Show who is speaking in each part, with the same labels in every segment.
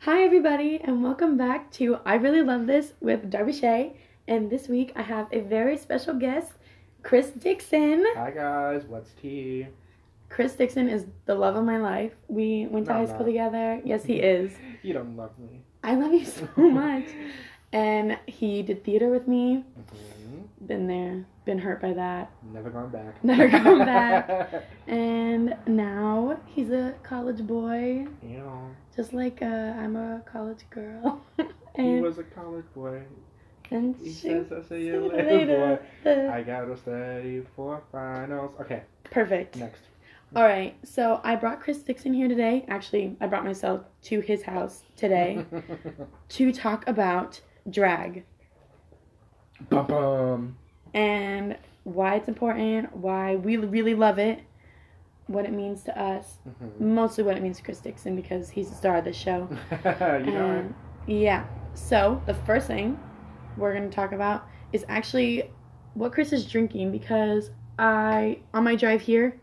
Speaker 1: Hi, everybody, and welcome back to I Really Love This with Darby Shay. And this week I have a very special guest, Chris Dixon.
Speaker 2: Hi guys, what's tea?
Speaker 1: Chris Dixon is the love of my life. We went to
Speaker 2: No,
Speaker 1: high
Speaker 2: I'm
Speaker 1: school
Speaker 2: not.
Speaker 1: together. Yes, he is.
Speaker 2: You don't love me.
Speaker 1: I love you so much. And he did theater with me.
Speaker 2: Mhm.
Speaker 1: Been there, been hurt by that.
Speaker 2: Never gone back.
Speaker 1: Never gone back. And now he's a college boy,
Speaker 2: you know,
Speaker 1: just like uh, I'm a college girl.
Speaker 2: he
Speaker 1: and
Speaker 2: was a college boy.
Speaker 1: and
Speaker 2: He
Speaker 1: she,
Speaker 2: says, "I see you
Speaker 1: later,
Speaker 2: later, boy."
Speaker 1: the-
Speaker 2: I gotta study for finals. Okay,
Speaker 1: perfect.
Speaker 2: next.
Speaker 1: All right, so I brought Chris Dixon here today. Actually, I brought myself to his house today to talk about drag
Speaker 2: bum bum.
Speaker 1: and why it's important, why we really love it, what it means to us,
Speaker 2: Mhm.
Speaker 1: mostly what it means to Chris Dixon because he's the star of this show.
Speaker 2: you know,
Speaker 1: Um, yeah. So the first thing we're gonna talk about is actually what Chris is drinking because I on my drive here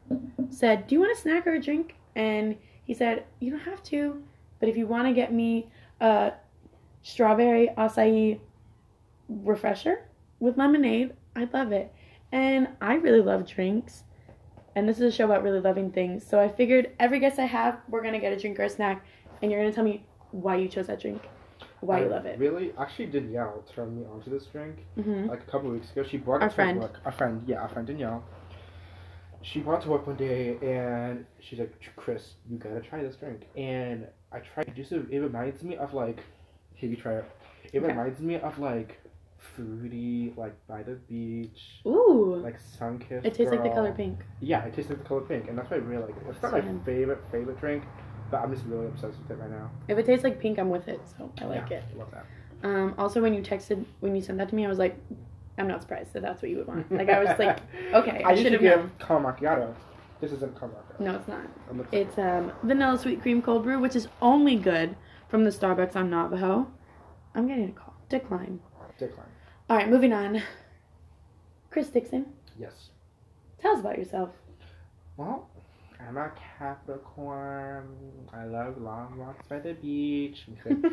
Speaker 1: said, "Do you want a snack or a drink?" And he said, "You don't have to, but if you want to get me a uh, strawberry acai refresher with lemonade, I'd love it." And I really love drinks. And this is a show about really loving things. So I figured every guest I have, we're going to get a drink or a snack. And you're going to tell me why you chose that drink, why
Speaker 2: I
Speaker 1: you love it.
Speaker 2: Really, actually, Danielle turned me onto this drink.
Speaker 1: hmm
Speaker 2: like a couple weeks ago. She brought
Speaker 1: Our
Speaker 2: it to
Speaker 1: friend.
Speaker 2: work. Our friend, yeah, our friend Danielle. She brought it to work one day, and she's like, "Chris, you gotta try this drink." And I tried. It just it reminds me of like, here you try it. It
Speaker 1: Okay.
Speaker 2: reminds me of like, fruity, like by the beach,
Speaker 1: Oow.
Speaker 2: like sunkissed.
Speaker 1: it tastes like the
Speaker 2: girl.
Speaker 1: color pink.
Speaker 2: Yeah, it tastes like the color pink, and that's why I really like it. It's not
Speaker 1: Same.
Speaker 2: my favorite favorite drink, but I'm just really obsessed with it right now.
Speaker 1: If it tastes like pink, I'm with it. So I like
Speaker 2: yeah,
Speaker 1: it.
Speaker 2: I love that.
Speaker 1: Um, also, when you texted, when you sent that to me, I was like, I'm not surprised that that's what you would want. Like, I was like, okay, I
Speaker 2: used
Speaker 1: should
Speaker 2: to
Speaker 1: have
Speaker 2: get
Speaker 1: known.
Speaker 2: caramel macchiato. This isn't caramel macchiato.
Speaker 1: no, it's not.
Speaker 2: I'm looking-
Speaker 1: It's um, vanilla sweet cream cold brew, which is only good from the Starbucks on Navajo. I'm getting a call. Decline.
Speaker 2: Decline.
Speaker 1: All right, moving on. Chris Dixon,
Speaker 2: Yes.
Speaker 1: tell us about yourself.
Speaker 2: Well, I'm a Capricorn. I love long walks by the beach. um,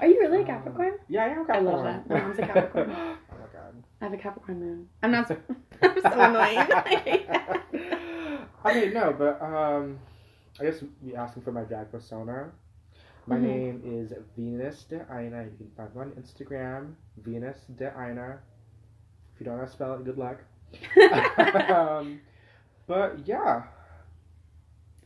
Speaker 1: Are you really a Capricorn?
Speaker 2: yeah, I am a
Speaker 1: I
Speaker 2: Capricorn.
Speaker 1: love that. My mom's a Capricorn.
Speaker 2: oh my god.
Speaker 1: I have a Capricorn moon. I'm not. I'm so annoying. I hate that.
Speaker 2: I mean, no, but um, I guess you're asking for my drag persona. My
Speaker 1: Mhm.
Speaker 2: name is Venus de Ina. You can find me on Instagram, Venus de Ina. If you don't know how to spell it, good luck. um, but yeah,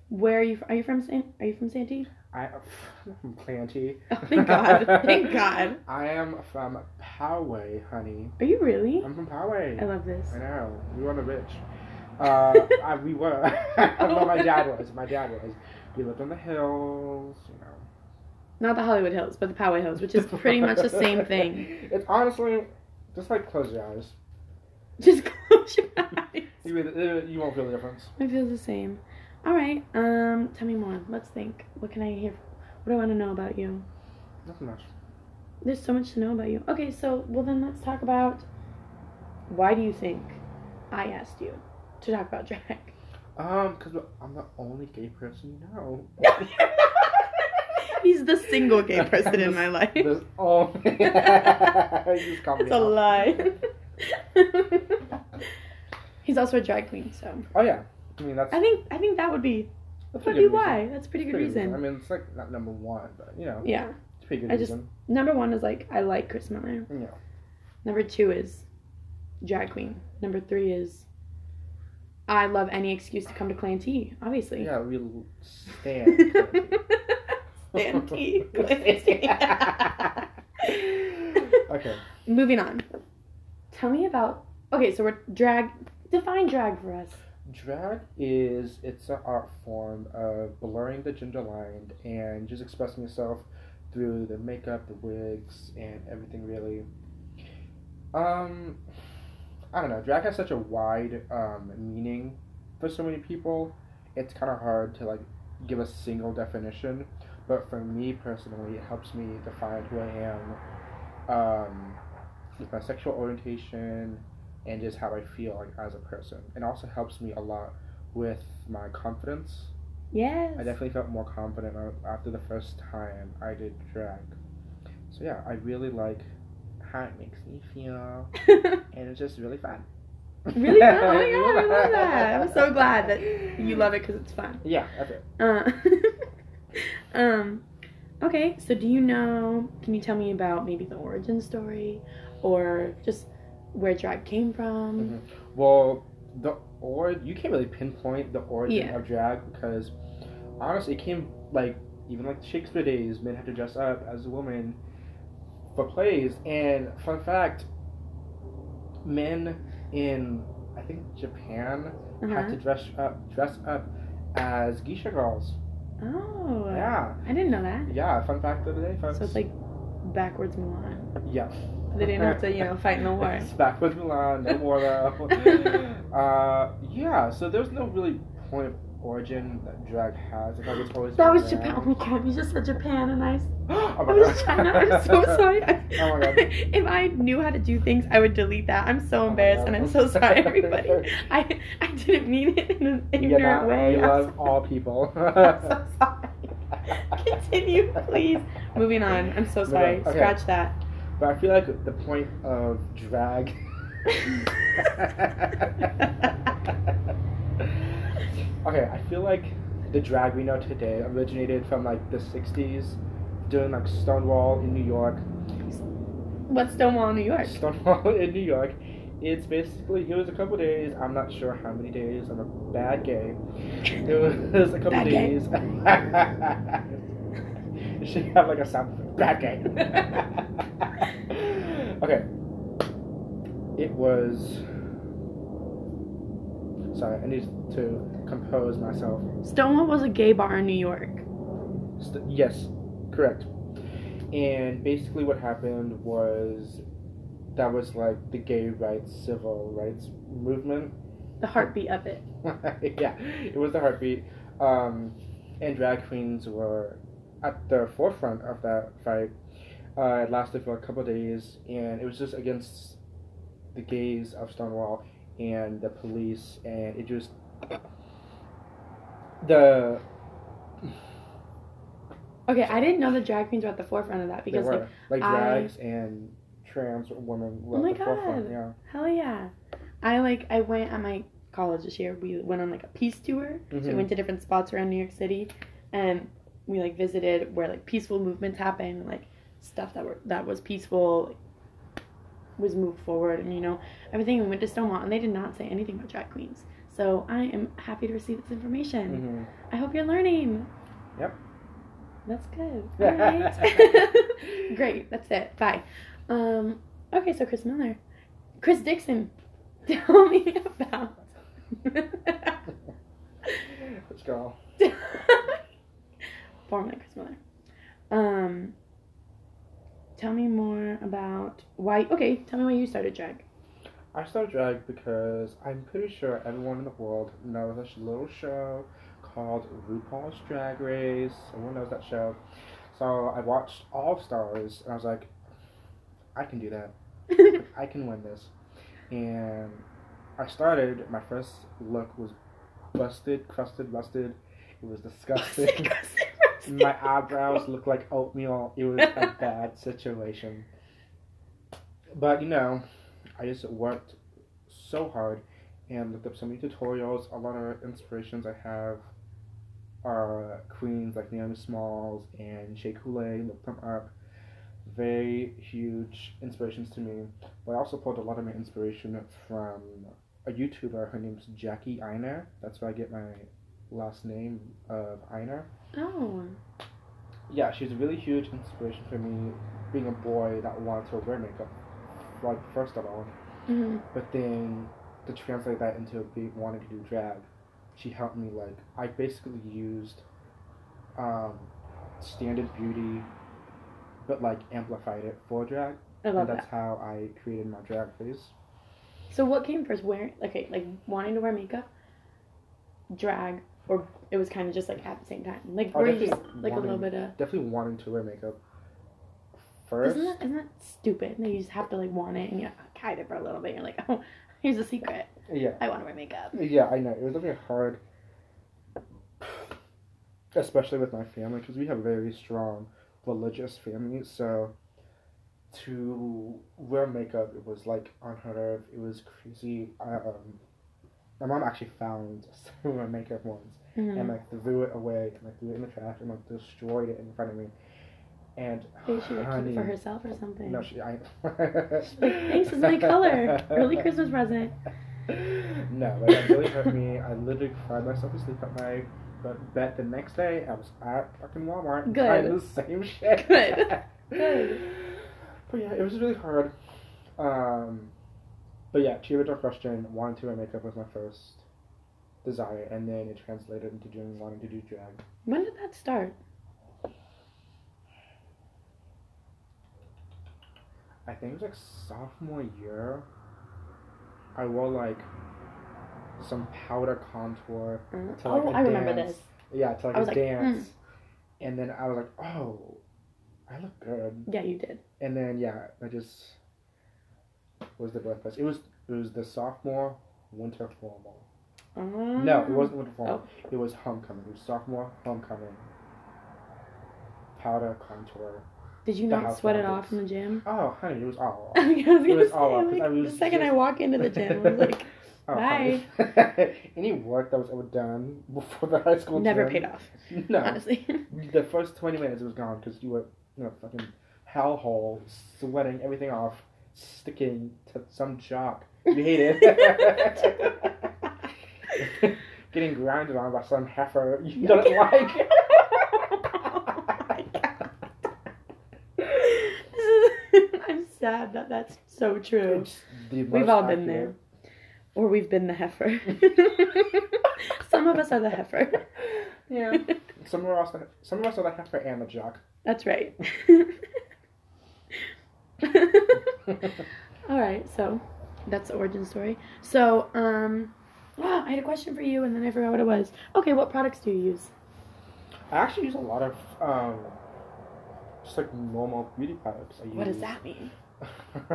Speaker 1: Where are you? From? Are you from? San- are you from Santee?
Speaker 2: I, I'm planty.
Speaker 1: Oh, thank God. thank God.
Speaker 2: I am from Poway, honey.
Speaker 1: Are you really?
Speaker 2: I'm from Poway.
Speaker 1: I love this.
Speaker 2: I know. We were on the rich. Uh, I, we were. but
Speaker 1: Oh.
Speaker 2: my dad was. My dad was. We lived on the hills, you know.
Speaker 1: Not the Hollywood Hills, but the Poway Hills, which is pretty much the same thing.
Speaker 2: It's honestly just like close your eyes.
Speaker 1: Just close your eyes.
Speaker 2: You, really- you won't feel the difference.
Speaker 1: I feel the same. All right. Um, tell me more. Let's think. What can I hear? What do I want to know about you?
Speaker 2: Nothing much.
Speaker 1: There's so much to know about you. Okay, so well then let's talk about why do you think I asked you to talk about drag?
Speaker 2: Um, because I'm the only gay person you know.
Speaker 1: He's the single gay person in my life.
Speaker 2: There's only. oh, You just called me
Speaker 1: It's a
Speaker 2: out.
Speaker 1: lie. He's also a drag queen, so
Speaker 2: Oh yeah. I mean that's.
Speaker 1: I think I think that would be
Speaker 2: that's
Speaker 1: that
Speaker 2: a
Speaker 1: would
Speaker 2: good
Speaker 1: be
Speaker 2: reason.
Speaker 1: why. That's a pretty good
Speaker 2: Pretty
Speaker 1: reason.
Speaker 2: I mean, it's like not number one, but you know,
Speaker 1: Yeah.
Speaker 2: it's a pretty good
Speaker 1: I just-
Speaker 2: reason.
Speaker 1: Number one is like I like Chris Miller.
Speaker 2: You know.
Speaker 1: Number two is drag queen. Number three is I love any excuse to come to Clanty, obviously.
Speaker 2: Yeah, we l- stand.
Speaker 1: Santee,
Speaker 2: okay.
Speaker 1: Moving on. Tell me about okay, so we're drag define drag for us.
Speaker 2: Drag is it's an art form of blurring the gender line and just expressing yourself through the makeup, the wigs, and everything really. Um, I don't know. Drag has such a wide um, meaning for so many people. It's kind of hard to like give a single definition, but for me personally, it helps me define who I am, um, with my sexual orientation, and just how I feel like as a person. It also helps me a lot with my confidence
Speaker 1: Yes.
Speaker 2: I definitely felt more confident a- after the first time I did drag. So yeah, I really like how it makes me feel, and it's just really fun.
Speaker 1: Really fun? Oh my God, I love that. I'm so glad that you love it because it's fun.
Speaker 2: Yeah, that's it.
Speaker 1: Uh, um, okay, so do you know, can you tell me about maybe the origin story or just where drag came from?
Speaker 2: Well, the or you can't really pinpoint the origin
Speaker 1: Yeah.
Speaker 2: of drag because honestly, it came like even like Shakespeare days, men had to dress up as a woman for plays. And fun fact, men in I think Japan had
Speaker 1: Uh-huh.
Speaker 2: to dress up dress up as geisha girls.
Speaker 1: Oh,
Speaker 2: Yeah,
Speaker 1: I didn't know that.
Speaker 2: yeah. Fun fact of the day, folks.
Speaker 1: So it's like backwards Mulan.
Speaker 2: yeah.
Speaker 1: They didn't have to, you know, fight in the war.
Speaker 2: It's back with Milan, no more though. uh, yeah, so there's no really point of origin that drag has. I think it's always
Speaker 1: That was
Speaker 2: been
Speaker 1: Japan. Oh
Speaker 2: around.
Speaker 1: my god, you just said Japan and I
Speaker 2: oh
Speaker 1: I
Speaker 2: my
Speaker 1: was
Speaker 2: God.
Speaker 1: China. I'm so sorry.
Speaker 2: Oh my God.
Speaker 1: if I knew how to do things, I would delete that. I'm
Speaker 2: Oh
Speaker 1: so
Speaker 2: my
Speaker 1: embarrassed,
Speaker 2: God.
Speaker 1: and I'm so sorry, everybody. I I didn't mean it in an
Speaker 2: You're
Speaker 1: ignorant
Speaker 2: not-
Speaker 1: way.
Speaker 2: You
Speaker 1: I'm
Speaker 2: love all people.
Speaker 1: so, I'm so sorry. Continue, please. Moving on. I'm so
Speaker 2: Moving
Speaker 1: sorry.
Speaker 2: on. Okay.
Speaker 1: Scratch that.
Speaker 2: But I feel like the point of drag. okay, I feel like the drag we know today originated from like the 60s during like Stonewall in New York.
Speaker 1: What's Stonewall, New York?
Speaker 2: Stonewall in New York. It's basically it was a couple days. I'm not sure how many days. I'm a bad gay. It was a couple
Speaker 1: Bad gay.
Speaker 2: days. it should have like a sound effect. bad gay. okay. It was. Sorry, I need to compose myself.
Speaker 1: Stonewall was a gay bar in New York.
Speaker 2: St- yes, correct. And basically, what happened was that was like the gay rights, civil rights movement.
Speaker 1: The heartbeat of it.
Speaker 2: yeah, it was the heartbeat. Um, and drag queens were at the forefront of that fight. Uh, it lasted for a couple days, and it was just against the gays of Stonewall and the police, and it just the
Speaker 1: Okay, I didn't know the drag queens were at the forefront of that because,
Speaker 2: they were.
Speaker 1: like,
Speaker 2: like,
Speaker 1: I-
Speaker 2: drags and trans women were
Speaker 1: Oh
Speaker 2: at
Speaker 1: my
Speaker 2: the forefront.
Speaker 1: God.
Speaker 2: Yeah.
Speaker 1: hell yeah. I like I went at my college this year. We went on like a peace tour. So we
Speaker 2: Mhm.
Speaker 1: went to different spots around New York City, and we like visited where like peaceful movements happen, like stuff that were that was peaceful was moved forward, and you know everything. We went to Stonewall, and they did not say anything about drag queens. So I am happy to receive this information.
Speaker 2: Mhm.
Speaker 1: I hope you're learning.
Speaker 2: Yep.
Speaker 1: That's good. All right. Great. That's it. Bye. Um, okay, so Chris Miller. Chris Dixon. Tell me about.
Speaker 2: Let's go.
Speaker 1: Formerly Chris Miller. Um, tell me more about why. Okay, tell me why you started drag.
Speaker 2: I started drag because I'm pretty sure everyone in the world knows this little show called RuPaul's Drag Race. Everyone knows that show. So I watched All Stars and I was like, I can do that. I can win this. And I started, my first look was busted, crusted, rusted. It was disgusting. My eyebrows look like oatmeal. It was a bad situation. But you know, I just worked so hard and looked up so many tutorials. A lot of inspirations I have are queens like Naomi Smalls and Shea Coulee. Looked them up. Very huge inspirations to me. But I also pulled a lot of my inspiration from a YouTuber. Her name's Jackie Einer. That's where I get my last name of Einer
Speaker 1: Oh.
Speaker 2: yeah, she's a really huge inspiration for me being a boy that wanted to wear makeup, like, first of all.
Speaker 1: hmm
Speaker 2: But then to translate that into being, wanting to do drag, she helped me, like, I basically used um, standard beauty, but, like, amplified it for drag.
Speaker 1: I love
Speaker 2: and
Speaker 1: that.
Speaker 2: that's how I created my drag face.
Speaker 1: So what came first? Wearing okay, like wanting to wear makeup, drag, or it was kind of just like at the same time, like
Speaker 2: Oh,
Speaker 1: were you
Speaker 2: definitely
Speaker 1: just like a little
Speaker 2: wanting-
Speaker 1: bit of.
Speaker 2: Definitely wanting to wear makeup 1st
Speaker 1: Isn't that, isn't that stupid? That you just have to like want it and you hide it for a little bit. You're like, oh, here's a secret.
Speaker 2: Yeah.
Speaker 1: I want to wear makeup.
Speaker 2: Yeah, I know. It was definitely hard. especially with my family, because we have a very strong religious family. So to wear makeup, it was like unheard of. It was crazy. I, um, my mom actually found some of my makeup once
Speaker 1: Mhm.
Speaker 2: and like threw it away and like threw it in the trash and like destroyed it in front of me. And
Speaker 1: Maybe she would keep it
Speaker 2: honey,
Speaker 1: for herself or something.
Speaker 2: no, she. I,
Speaker 1: like, thanks, it's my color. Early Christmas present.
Speaker 2: No, like that really hurt me. I literally cried myself to sleep at night. But bet the next day I was at fucking Walmart
Speaker 1: Good.
Speaker 2: buying the same shit.
Speaker 1: Good. Good.
Speaker 2: But yeah, it was really hard. Um, but yeah, to your original question, wanting to wear makeup was my first desire, and then it translated into doing wanting to do drag.
Speaker 1: When did that start?
Speaker 2: I think it was like sophomore year. I wore like some powder contour.
Speaker 1: Uh,
Speaker 2: To, like,
Speaker 1: oh,
Speaker 2: a
Speaker 1: I remember
Speaker 2: dance.
Speaker 1: this.
Speaker 2: Yeah, to like
Speaker 1: I
Speaker 2: a
Speaker 1: was like, hmm.
Speaker 2: dance. And then I was like, oh, I look good.
Speaker 1: Yeah, you did.
Speaker 2: And then yeah, I just was the birthplace. It was it was the sophomore winter formal. No, it wasn't winter
Speaker 1: Mm.
Speaker 2: formal.
Speaker 1: Oh.
Speaker 2: It was homecoming. It was sophomore homecoming. Powder contour.
Speaker 1: Um, Did you
Speaker 2: the
Speaker 1: not
Speaker 2: house
Speaker 1: sweat it
Speaker 2: rounders.
Speaker 1: off in the gym?
Speaker 2: Oh, honey, it was all.
Speaker 1: I was gonna
Speaker 2: It was
Speaker 1: say,
Speaker 2: all up, 'cause
Speaker 1: like,
Speaker 2: I was
Speaker 1: the second I
Speaker 2: just-
Speaker 1: walk into the gym, I was like,
Speaker 2: Oh, honey. Any work that was ever done before the high school
Speaker 1: never
Speaker 2: gym-
Speaker 1: paid off.
Speaker 2: No,
Speaker 1: Honestly,
Speaker 2: the first 20 minutes it was gone because you were in a fucking hellhole, sweating everything off, sticking to some jock you hated, getting grounded on by some heifer you don't like.
Speaker 1: Oh This is- I'm sad that that's so true.
Speaker 2: It's the
Speaker 1: We've
Speaker 2: most
Speaker 1: all been
Speaker 2: accurate-
Speaker 1: Or we've been the heifer. Some of us are the heifer.
Speaker 2: Yeah. Some of us, some of us are the heifer and the jock.
Speaker 1: That's right. All right, so that's the origin story. So, um, ah, I had a question for you, and then I forgot what it was. Okay, what products do you use?
Speaker 2: I actually use a lot of um, just like normal beauty products. I use,
Speaker 1: What does that mean?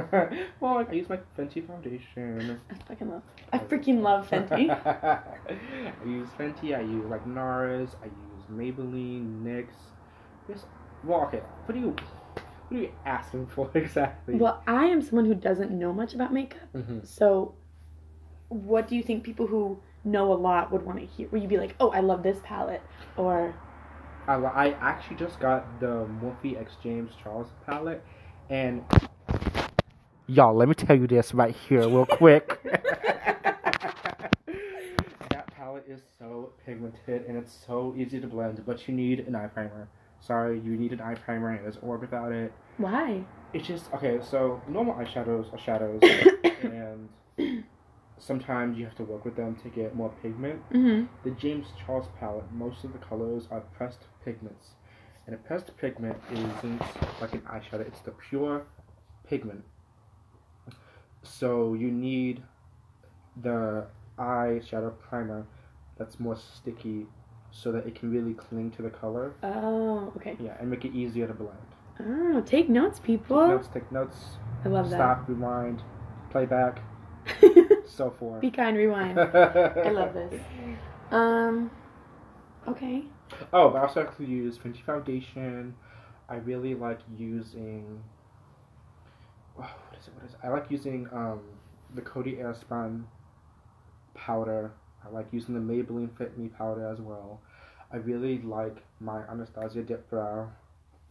Speaker 2: well, like, I use my Fenty foundation.
Speaker 1: I fucking love. I freaking love Fenty.
Speaker 2: I use Fenty. I use like NARS. I use Maybelline, NYX. Just well, okay. What do you what are you asking for exactly?
Speaker 1: well, I am someone who doesn't know much about makeup,
Speaker 2: hmm
Speaker 1: so what do you think people who know a lot would want to hear? Would you be like, oh, I love this palette, or
Speaker 2: I, Uh, I actually just got the Morphe X James Charles palette, and y'all, let me tell you this right here, real quick. that palette is so pigmented and it's so easy to blend, but you need an eye primer. Sorry, you need an eye primer. and It doesn't work without it.
Speaker 1: why?
Speaker 2: It's just okay. So normal eyeshadows are shadows, and sometimes you have to work with them to get more pigment.
Speaker 1: hmm
Speaker 2: The James Charles palette, most of the colors are pressed pigments, and a pressed pigment isn't like an eyeshadow. It's the pure pigment. So you need the eyeshadow primer that's more sticky, so that it can really cling to the color.
Speaker 1: Oh, okay.
Speaker 2: Yeah, and make it easier to blend.
Speaker 1: Oh, take notes,
Speaker 2: Take
Speaker 1: people.
Speaker 2: notes. Take notes.
Speaker 1: I love that.
Speaker 2: Stop, rewind, playback, so forth.
Speaker 1: Be kind, rewind. I
Speaker 2: I
Speaker 1: love this. Um, okay.
Speaker 2: Oh, but I also actually use Fenty foundation. I really like using. Oh, what is it? What is it? I like using um the Cody Airspun powder. I like using the Maybelline Fit Me powder as well. I really like my Anastasia Dip Brow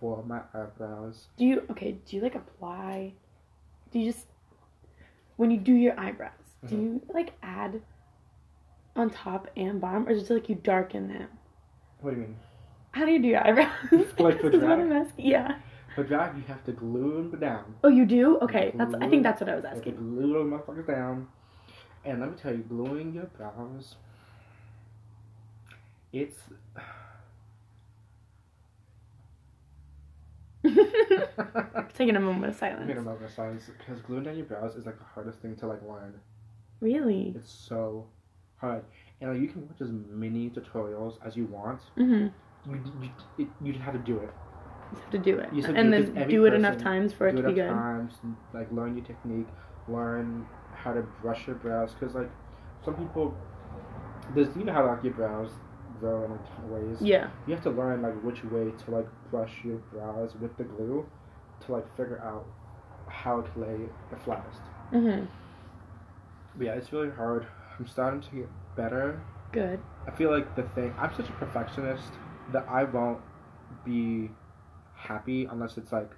Speaker 2: for my eyebrows.
Speaker 1: Do you okay? Do you like apply? Do you just when you do your eyebrows? Do
Speaker 2: Mhm.
Speaker 1: you like add on top and bottom, or just like you darken them?
Speaker 2: What do you mean?
Speaker 1: How do you do your eyebrows?
Speaker 2: Like for
Speaker 1: This is what
Speaker 2: drag?
Speaker 1: I'm asking. Yeah.
Speaker 2: For drag, you have to glue them down.
Speaker 1: Oh, you do? Okay, that's. I think that's what I was
Speaker 2: I could
Speaker 1: asking.
Speaker 2: glue those motherfuckers down. And let me tell you, gluing your brows, it's. Mm-hmm.
Speaker 1: Taking a moment of
Speaker 2: I'm gonna
Speaker 1: silence.
Speaker 2: melt my silence because gluing down your brows is like the hardest thing to like learn.
Speaker 1: Really?
Speaker 2: It's so hard, and like you can watch as many tutorials as you want.
Speaker 1: Mm-hmm.
Speaker 2: You you, it, you just have to do it.
Speaker 1: You have to do it,
Speaker 2: You just have to
Speaker 1: and
Speaker 2: do it 'cause
Speaker 1: then
Speaker 2: every
Speaker 1: do it enough
Speaker 2: person-
Speaker 1: times for it
Speaker 2: do
Speaker 1: to
Speaker 2: it
Speaker 1: be
Speaker 2: up
Speaker 1: good.
Speaker 2: times, and, like learn your technique, learn how to brush your brows. Cause like some people, there's you know how like your brows, grow in different ways.
Speaker 1: Yeah.
Speaker 2: You have to learn like which way to like brush your brows with the glue to like figure out how to lay the flattest.
Speaker 1: Mhm.
Speaker 2: But yeah, it's really hard. I'm starting to get better.
Speaker 1: Good.
Speaker 2: I feel like the thing I'm such a perfectionist that I won't be happy unless it's like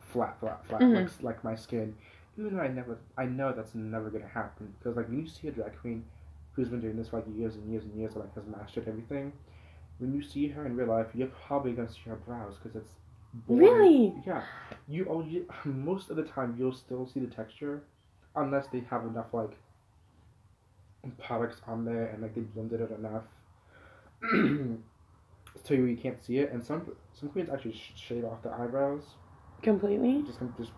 Speaker 2: flat, flat, flat,
Speaker 1: Mhm.
Speaker 2: like, s- like my skin. Even though I never, I know that's never gonna happen because like when you see a drag queen who's been doing this for like years and years and years, like has mastered everything. When you see her in real life, you're probably gonna see her brows because it's boring.
Speaker 1: Really?
Speaker 2: yeah. You only most of the time you'll still see the texture unless they have enough like products on there and like they blended it enough so you can't see it. And some some queens actually sh- shave off their eyebrows,
Speaker 1: Completely.
Speaker 2: just com- just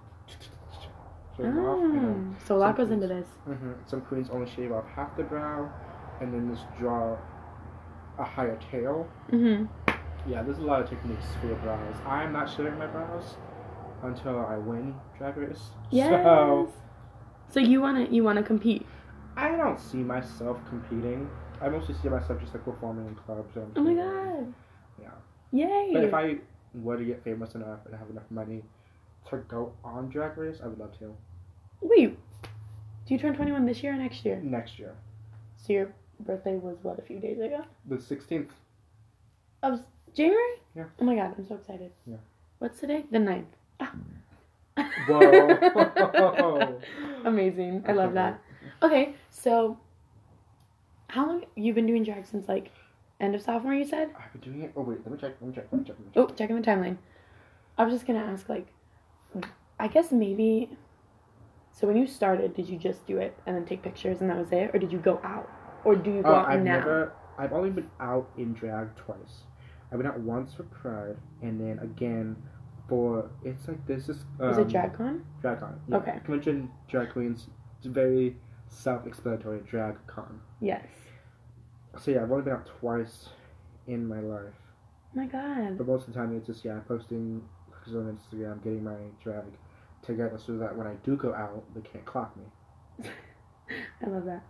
Speaker 2: shave off. And,
Speaker 1: Oh, so a lot goes into this.
Speaker 2: hmm Some queens only shave off half the brow, and then just draw a higher tail.
Speaker 1: Mhm.
Speaker 2: Yeah, there's a lot of techniques for your brows. I'm not shaving my brows until I win Drag Race.
Speaker 1: Yes.
Speaker 2: So
Speaker 1: So, you wanna you wanna compete?
Speaker 2: I don't see myself competing. I mostly see myself just like performing in clubs. And
Speaker 1: Oh my god.
Speaker 2: Yeah.
Speaker 1: Yay.
Speaker 2: But if I were to get famous enough and have enough money to go on Drag Race, I would love to.
Speaker 1: Wait. Do you turn 21 this year or next year?
Speaker 2: Next year,
Speaker 1: So your birthday was what a few days ago?
Speaker 2: the 16th.
Speaker 1: Of January?
Speaker 2: Yeah.
Speaker 1: Oh my god, I'm so excited.
Speaker 2: Yeah.
Speaker 1: What's today? The 9th. Ah.
Speaker 2: Whoa.
Speaker 1: Amazing. I love that. Okay, so how long you've been doing drag since like end of sophomore you said?
Speaker 2: I've been doing it. Oh, wait, let me check. Let me check. Let me check. Let me check.
Speaker 1: Oh, checking the timeline. I was just gonna ask like I guess maybe so when you started, did you just do it and then take pictures and that was it? Or did you go out? Or do you go
Speaker 2: Oh,
Speaker 1: out
Speaker 2: I've
Speaker 1: now?
Speaker 2: never. I've only been out in drag twice. I went out once for Pride, and then again for it's like this is. Um,
Speaker 1: was it drag con?
Speaker 2: Drag con.
Speaker 1: Okay.
Speaker 2: Convention drag queens. It's very self-explanatory. Drag con.
Speaker 1: Yes.
Speaker 2: So yeah, I've only been out twice in my life.
Speaker 1: Oh my god.
Speaker 2: But most of the time, it's just yeah, posting pictures on Instagram, getting my drag together so that when I do go out, they can't clock me.
Speaker 1: I love that.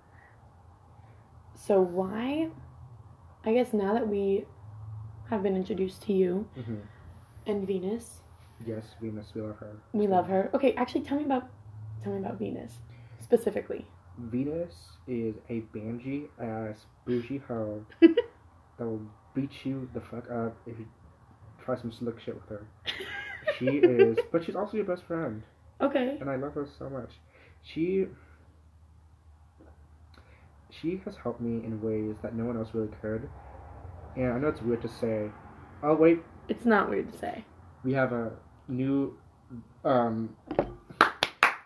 Speaker 1: So why I guess now that we have been introduced to you
Speaker 2: Mm-hmm.
Speaker 1: and Venus,
Speaker 2: Yes, Venus, we love her.
Speaker 1: we love her. Okay, actually tell me about tell me about Venus specifically.
Speaker 2: Venus is a bangy ass bougie hoe that will beat you the fuck up if you try some slick shit with her. She is, but she's also your best friend,
Speaker 1: Okay.
Speaker 2: and I love her so much. She she has helped me in ways that no one else really could, and I know it's weird to say. Oh wait,
Speaker 1: It's not weird to say.
Speaker 2: we have a new um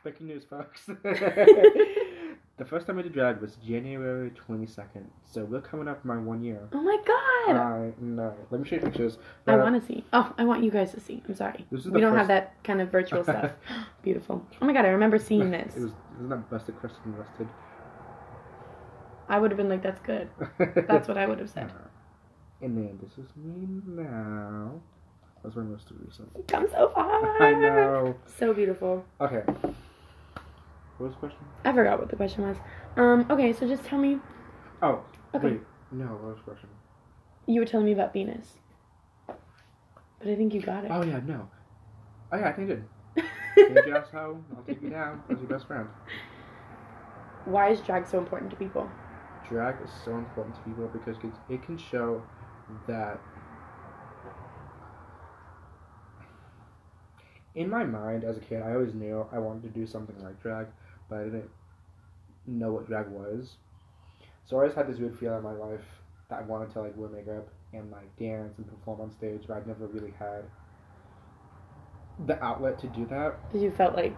Speaker 2: breaking news folks the first time i did drag was january 22nd so we're coming up my one year
Speaker 1: Oh my god.
Speaker 2: i know let me show you pictures
Speaker 1: I
Speaker 2: Uh,
Speaker 1: want to see. Oh, I want you guys to see. I'm sorry.
Speaker 2: this is
Speaker 1: We don't have
Speaker 2: first-
Speaker 1: that kind of virtual stuff. Beautiful. Oh my god, I remember seeing this.
Speaker 2: it was isn't that busted crusted and rusted
Speaker 1: I would have been like that's good. That's what I would have said.
Speaker 2: and then this is me now that's my most recent
Speaker 1: Come so far.
Speaker 2: i know
Speaker 1: So beautiful.
Speaker 2: okay what was the question
Speaker 1: I forgot what the question was. Um okay, so just tell me
Speaker 2: oh
Speaker 1: Okay.
Speaker 2: wait no what was the question
Speaker 1: You were telling me about Venus. But I think you got it.
Speaker 2: oh yeah no oh yeah i think it did Change your asshole, I'll take you down as your best friend.
Speaker 1: Why is drag so important to people?
Speaker 2: Drag is so important to people because it, it can show that. In my mind, as a kid, I always knew I wanted to do something like drag, but I didn't know what drag was. So I always had this weird feeling in my life that I wanted to like wear makeup and like dance and perform on stage, but I'd never really had the outlet to do that.
Speaker 1: Because you felt like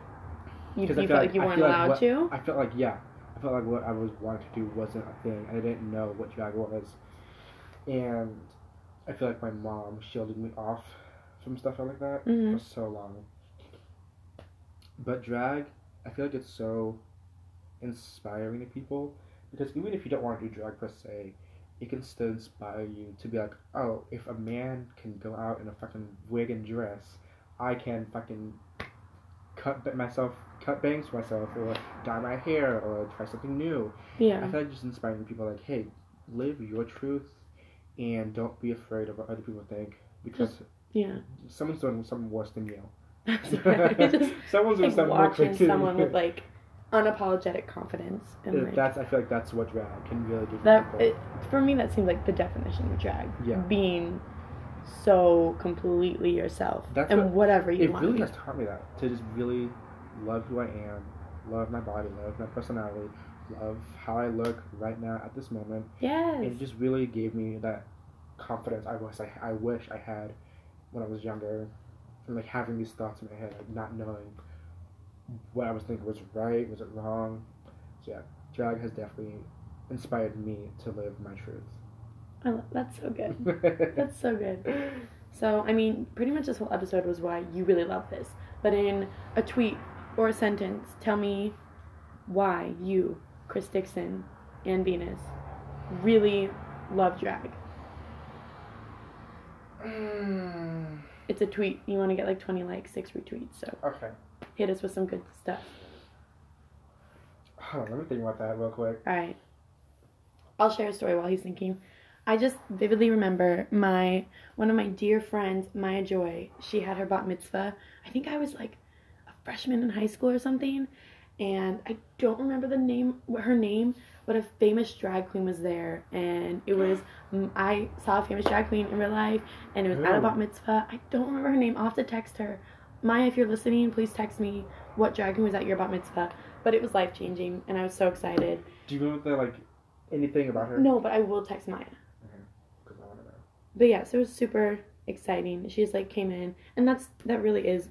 Speaker 1: you, you
Speaker 2: 'Cause
Speaker 1: felt
Speaker 2: I
Speaker 1: like,
Speaker 2: feel like-
Speaker 1: you
Speaker 2: I
Speaker 1: weren't
Speaker 2: feel like
Speaker 1: allowed
Speaker 2: what-
Speaker 1: to.
Speaker 2: I felt like yeah, I felt like what I was wanting to do wasn't a thing, and I didn't know what drag was, and I feel like my mom shielded me off from stuff like that
Speaker 1: Mhm.
Speaker 2: for so long. But drag, I feel like it's so inspiring to people because even if you don't want to do drag per se, it can still inspire you to be like, oh, if a man can go out in a fucking wig and dress, I can fucking cut ba- myself, cut bangs for myself, or dye my hair, or try something new.
Speaker 1: Yeah.
Speaker 2: I feel like just inspiring people like, hey, live your truth and don't be afraid of what other people think because
Speaker 1: Yeah.
Speaker 2: someone's doing something worse than you.
Speaker 1: That's right. Just
Speaker 2: someone's doing
Speaker 1: like
Speaker 2: something worse
Speaker 1: watching
Speaker 2: than you.
Speaker 1: someone with like unapologetic confidence and like
Speaker 2: that's I feel like that's what drag can really do. for
Speaker 1: that
Speaker 2: people.
Speaker 1: it, for me that seems like the definition of drag.
Speaker 2: Yeah.
Speaker 1: Being so completely yourself
Speaker 2: That's
Speaker 1: and
Speaker 2: what-
Speaker 1: whatever you
Speaker 2: it
Speaker 1: want.
Speaker 2: really has taught me that to just really love who I am, love my body, love my personality, love how I look right now at this moment.
Speaker 1: yes.
Speaker 2: It just really gave me that confidence I was I, I wish I had when I was younger, and like having these thoughts in my head, like not knowing what I was thinking was right, was it wrong. So yeah, drag has definitely inspired me to live my truth.
Speaker 1: I lo- Oh, that's so good. That's so good. So, I mean, pretty much this whole episode was why you really love this. But in a tweet or a sentence, tell me why you, Chris Dixon, and Venus really love drag. Hmm.
Speaker 2: Mm,
Speaker 1: It's a tweet. You want to get like 20 likes, 6 retweets. So
Speaker 2: okay.
Speaker 1: hit us with some good stuff.
Speaker 2: Hold on, let me think about that real quick.
Speaker 1: All right. I'll share a story while he's thinking. I just vividly remember my one of my dear friends, Maya Joy. She had her bat mitzvah. I think I was like a freshman in high school or something, and I don't remember the name, what her name, but a famous drag queen was there, and it was mm, I saw a famous drag queen in real life, and it was at a
Speaker 2: Ooh.
Speaker 1: bat mitzvah. I don't remember her name. I'll have to text her. Maya, if you're listening, please text me what drag queen was at your bat mitzvah. But it was life changing, and I was so excited.
Speaker 2: Do you remember the, like anything about her?
Speaker 1: No, but I will text Maya.
Speaker 2: 'Cause I wanna know.
Speaker 1: But yeah, so it was super exciting. She just like came in, and that's that really is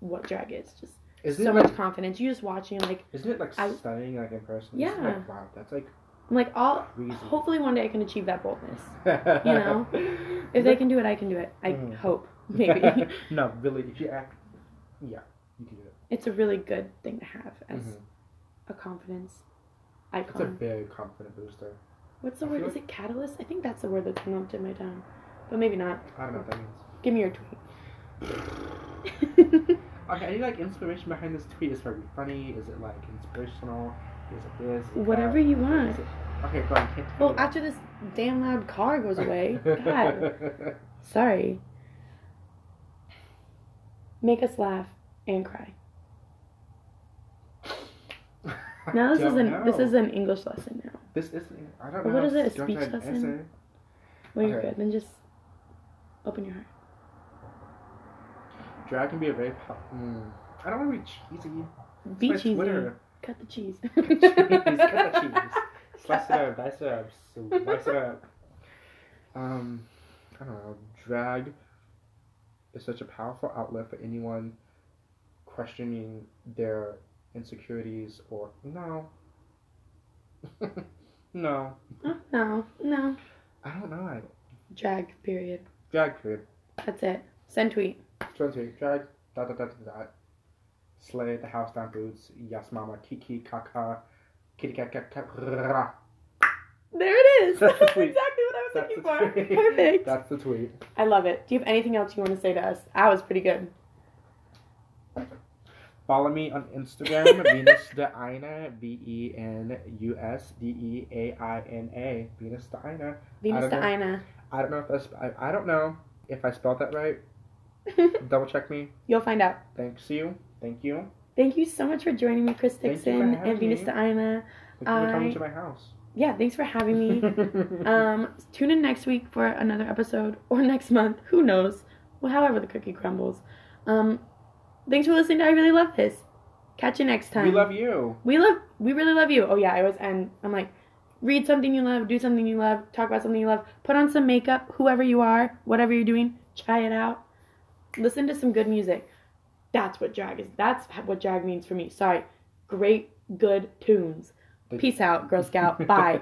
Speaker 1: what drag is. Just
Speaker 2: Isn't
Speaker 1: so
Speaker 2: it like
Speaker 1: much confidence. You just watching like
Speaker 2: isn't it like
Speaker 1: I-
Speaker 2: stunning like in person? It's
Speaker 1: Yeah.
Speaker 2: Like, wow, that's like
Speaker 1: I'm like all.
Speaker 2: crazy.
Speaker 1: Hopefully one day I can achieve that boldness.
Speaker 2: you
Speaker 1: know, If
Speaker 2: Mm-hmm.
Speaker 1: they can do it, I can do it. I
Speaker 2: Mm.
Speaker 1: hope maybe
Speaker 2: no, really, if you act, yeah, you can do it.
Speaker 1: it's a really good thing to have as
Speaker 2: Mhm.
Speaker 1: a confidence
Speaker 2: It's a
Speaker 1: icon.
Speaker 2: very confident booster.
Speaker 1: What's the
Speaker 2: I
Speaker 1: word?
Speaker 2: feel
Speaker 1: Is it catalyst? I think that's the word that's not in my tongue, but maybe not.
Speaker 2: I don't know what that means.
Speaker 1: Give me your tweet.
Speaker 2: Okay, any like inspiration behind this tweet? Is it really funny? Is it like inspirational? Is it this? Is it
Speaker 1: Whatever
Speaker 2: that?
Speaker 1: you want.
Speaker 2: Is it- Okay, fine. Can't tell
Speaker 1: Well,
Speaker 2: you that.
Speaker 1: after this damn loud car goes away, God. Sorry. Make us laugh and cry.
Speaker 2: I
Speaker 1: Now this is
Speaker 2: don't
Speaker 1: an this
Speaker 2: know.
Speaker 1: is an English lesson now.
Speaker 2: This isn't. I don't know.
Speaker 1: What is it, a
Speaker 2: It's just
Speaker 1: speech
Speaker 2: an
Speaker 1: lesson?
Speaker 2: essay.
Speaker 1: Well, you're
Speaker 2: Okay.
Speaker 1: good. Then just open your heart.
Speaker 2: Drag can be a very. Po- mm. I don't want to be cheesy.
Speaker 1: Be
Speaker 2: My
Speaker 1: cheesy.
Speaker 2: Twitter.
Speaker 1: Cut the cheese.
Speaker 2: Cheese, cut the cheese. Slice it up, dice it up, slice it up. Um, I don't know. Drag is such a powerful outlet for anyone questioning their insecurities or no, no.
Speaker 1: Oh, no, no.
Speaker 2: I don't know. I,
Speaker 1: Drag. Period.
Speaker 2: drag could
Speaker 1: That's it. Send tweet.
Speaker 2: Turns to drag, dot dot dot dot dot. Slay the house down boots. Yes, mama. Kiki kaka. Kitty cat cat cat. rah.
Speaker 1: There it is.
Speaker 2: That's
Speaker 1: That's
Speaker 2: the
Speaker 1: exactly
Speaker 2: tweet.
Speaker 1: what I was
Speaker 2: That's
Speaker 1: looking
Speaker 2: the
Speaker 1: for.
Speaker 2: tweet.
Speaker 1: Perfect.
Speaker 2: That's the tweet.
Speaker 1: I love it. Do you have anything else you want to say to us? I was pretty good.
Speaker 2: Follow me on Instagram, Venus Deina, V E N U S D E A I N A, Venus Deina.
Speaker 1: Venus
Speaker 2: don't
Speaker 1: to
Speaker 2: know.
Speaker 1: Ina.
Speaker 2: I don't know if that's, I, I don't know if I spelled that right. Double check me.
Speaker 1: You'll find out.
Speaker 2: Thanks you. Thank you.
Speaker 1: Thank you so much for joining me, Chris
Speaker 2: Thank you for
Speaker 1: Dixon
Speaker 2: having
Speaker 1: and Venus
Speaker 2: me.
Speaker 1: to Ina.
Speaker 2: Thank you for coming
Speaker 1: I-
Speaker 2: to my house.
Speaker 1: Yeah, thanks for having me. Um, tune in next week for another episode or next month. Who knows? Well, however the cookie crumbles. Um, thanks for listening. To I really love this. Catch you next time.
Speaker 2: we love you.
Speaker 1: We love. We really love you. Oh yeah, I always end. I'm like, read something you love, do something you love, talk about something you love, put on some makeup. Whoever you are, whatever you're doing, try it out. Listen to some good music. That's what drag is. That's what drag means for me. Sorry. Great, good tunes. Peace out, Girl Scout. Bye.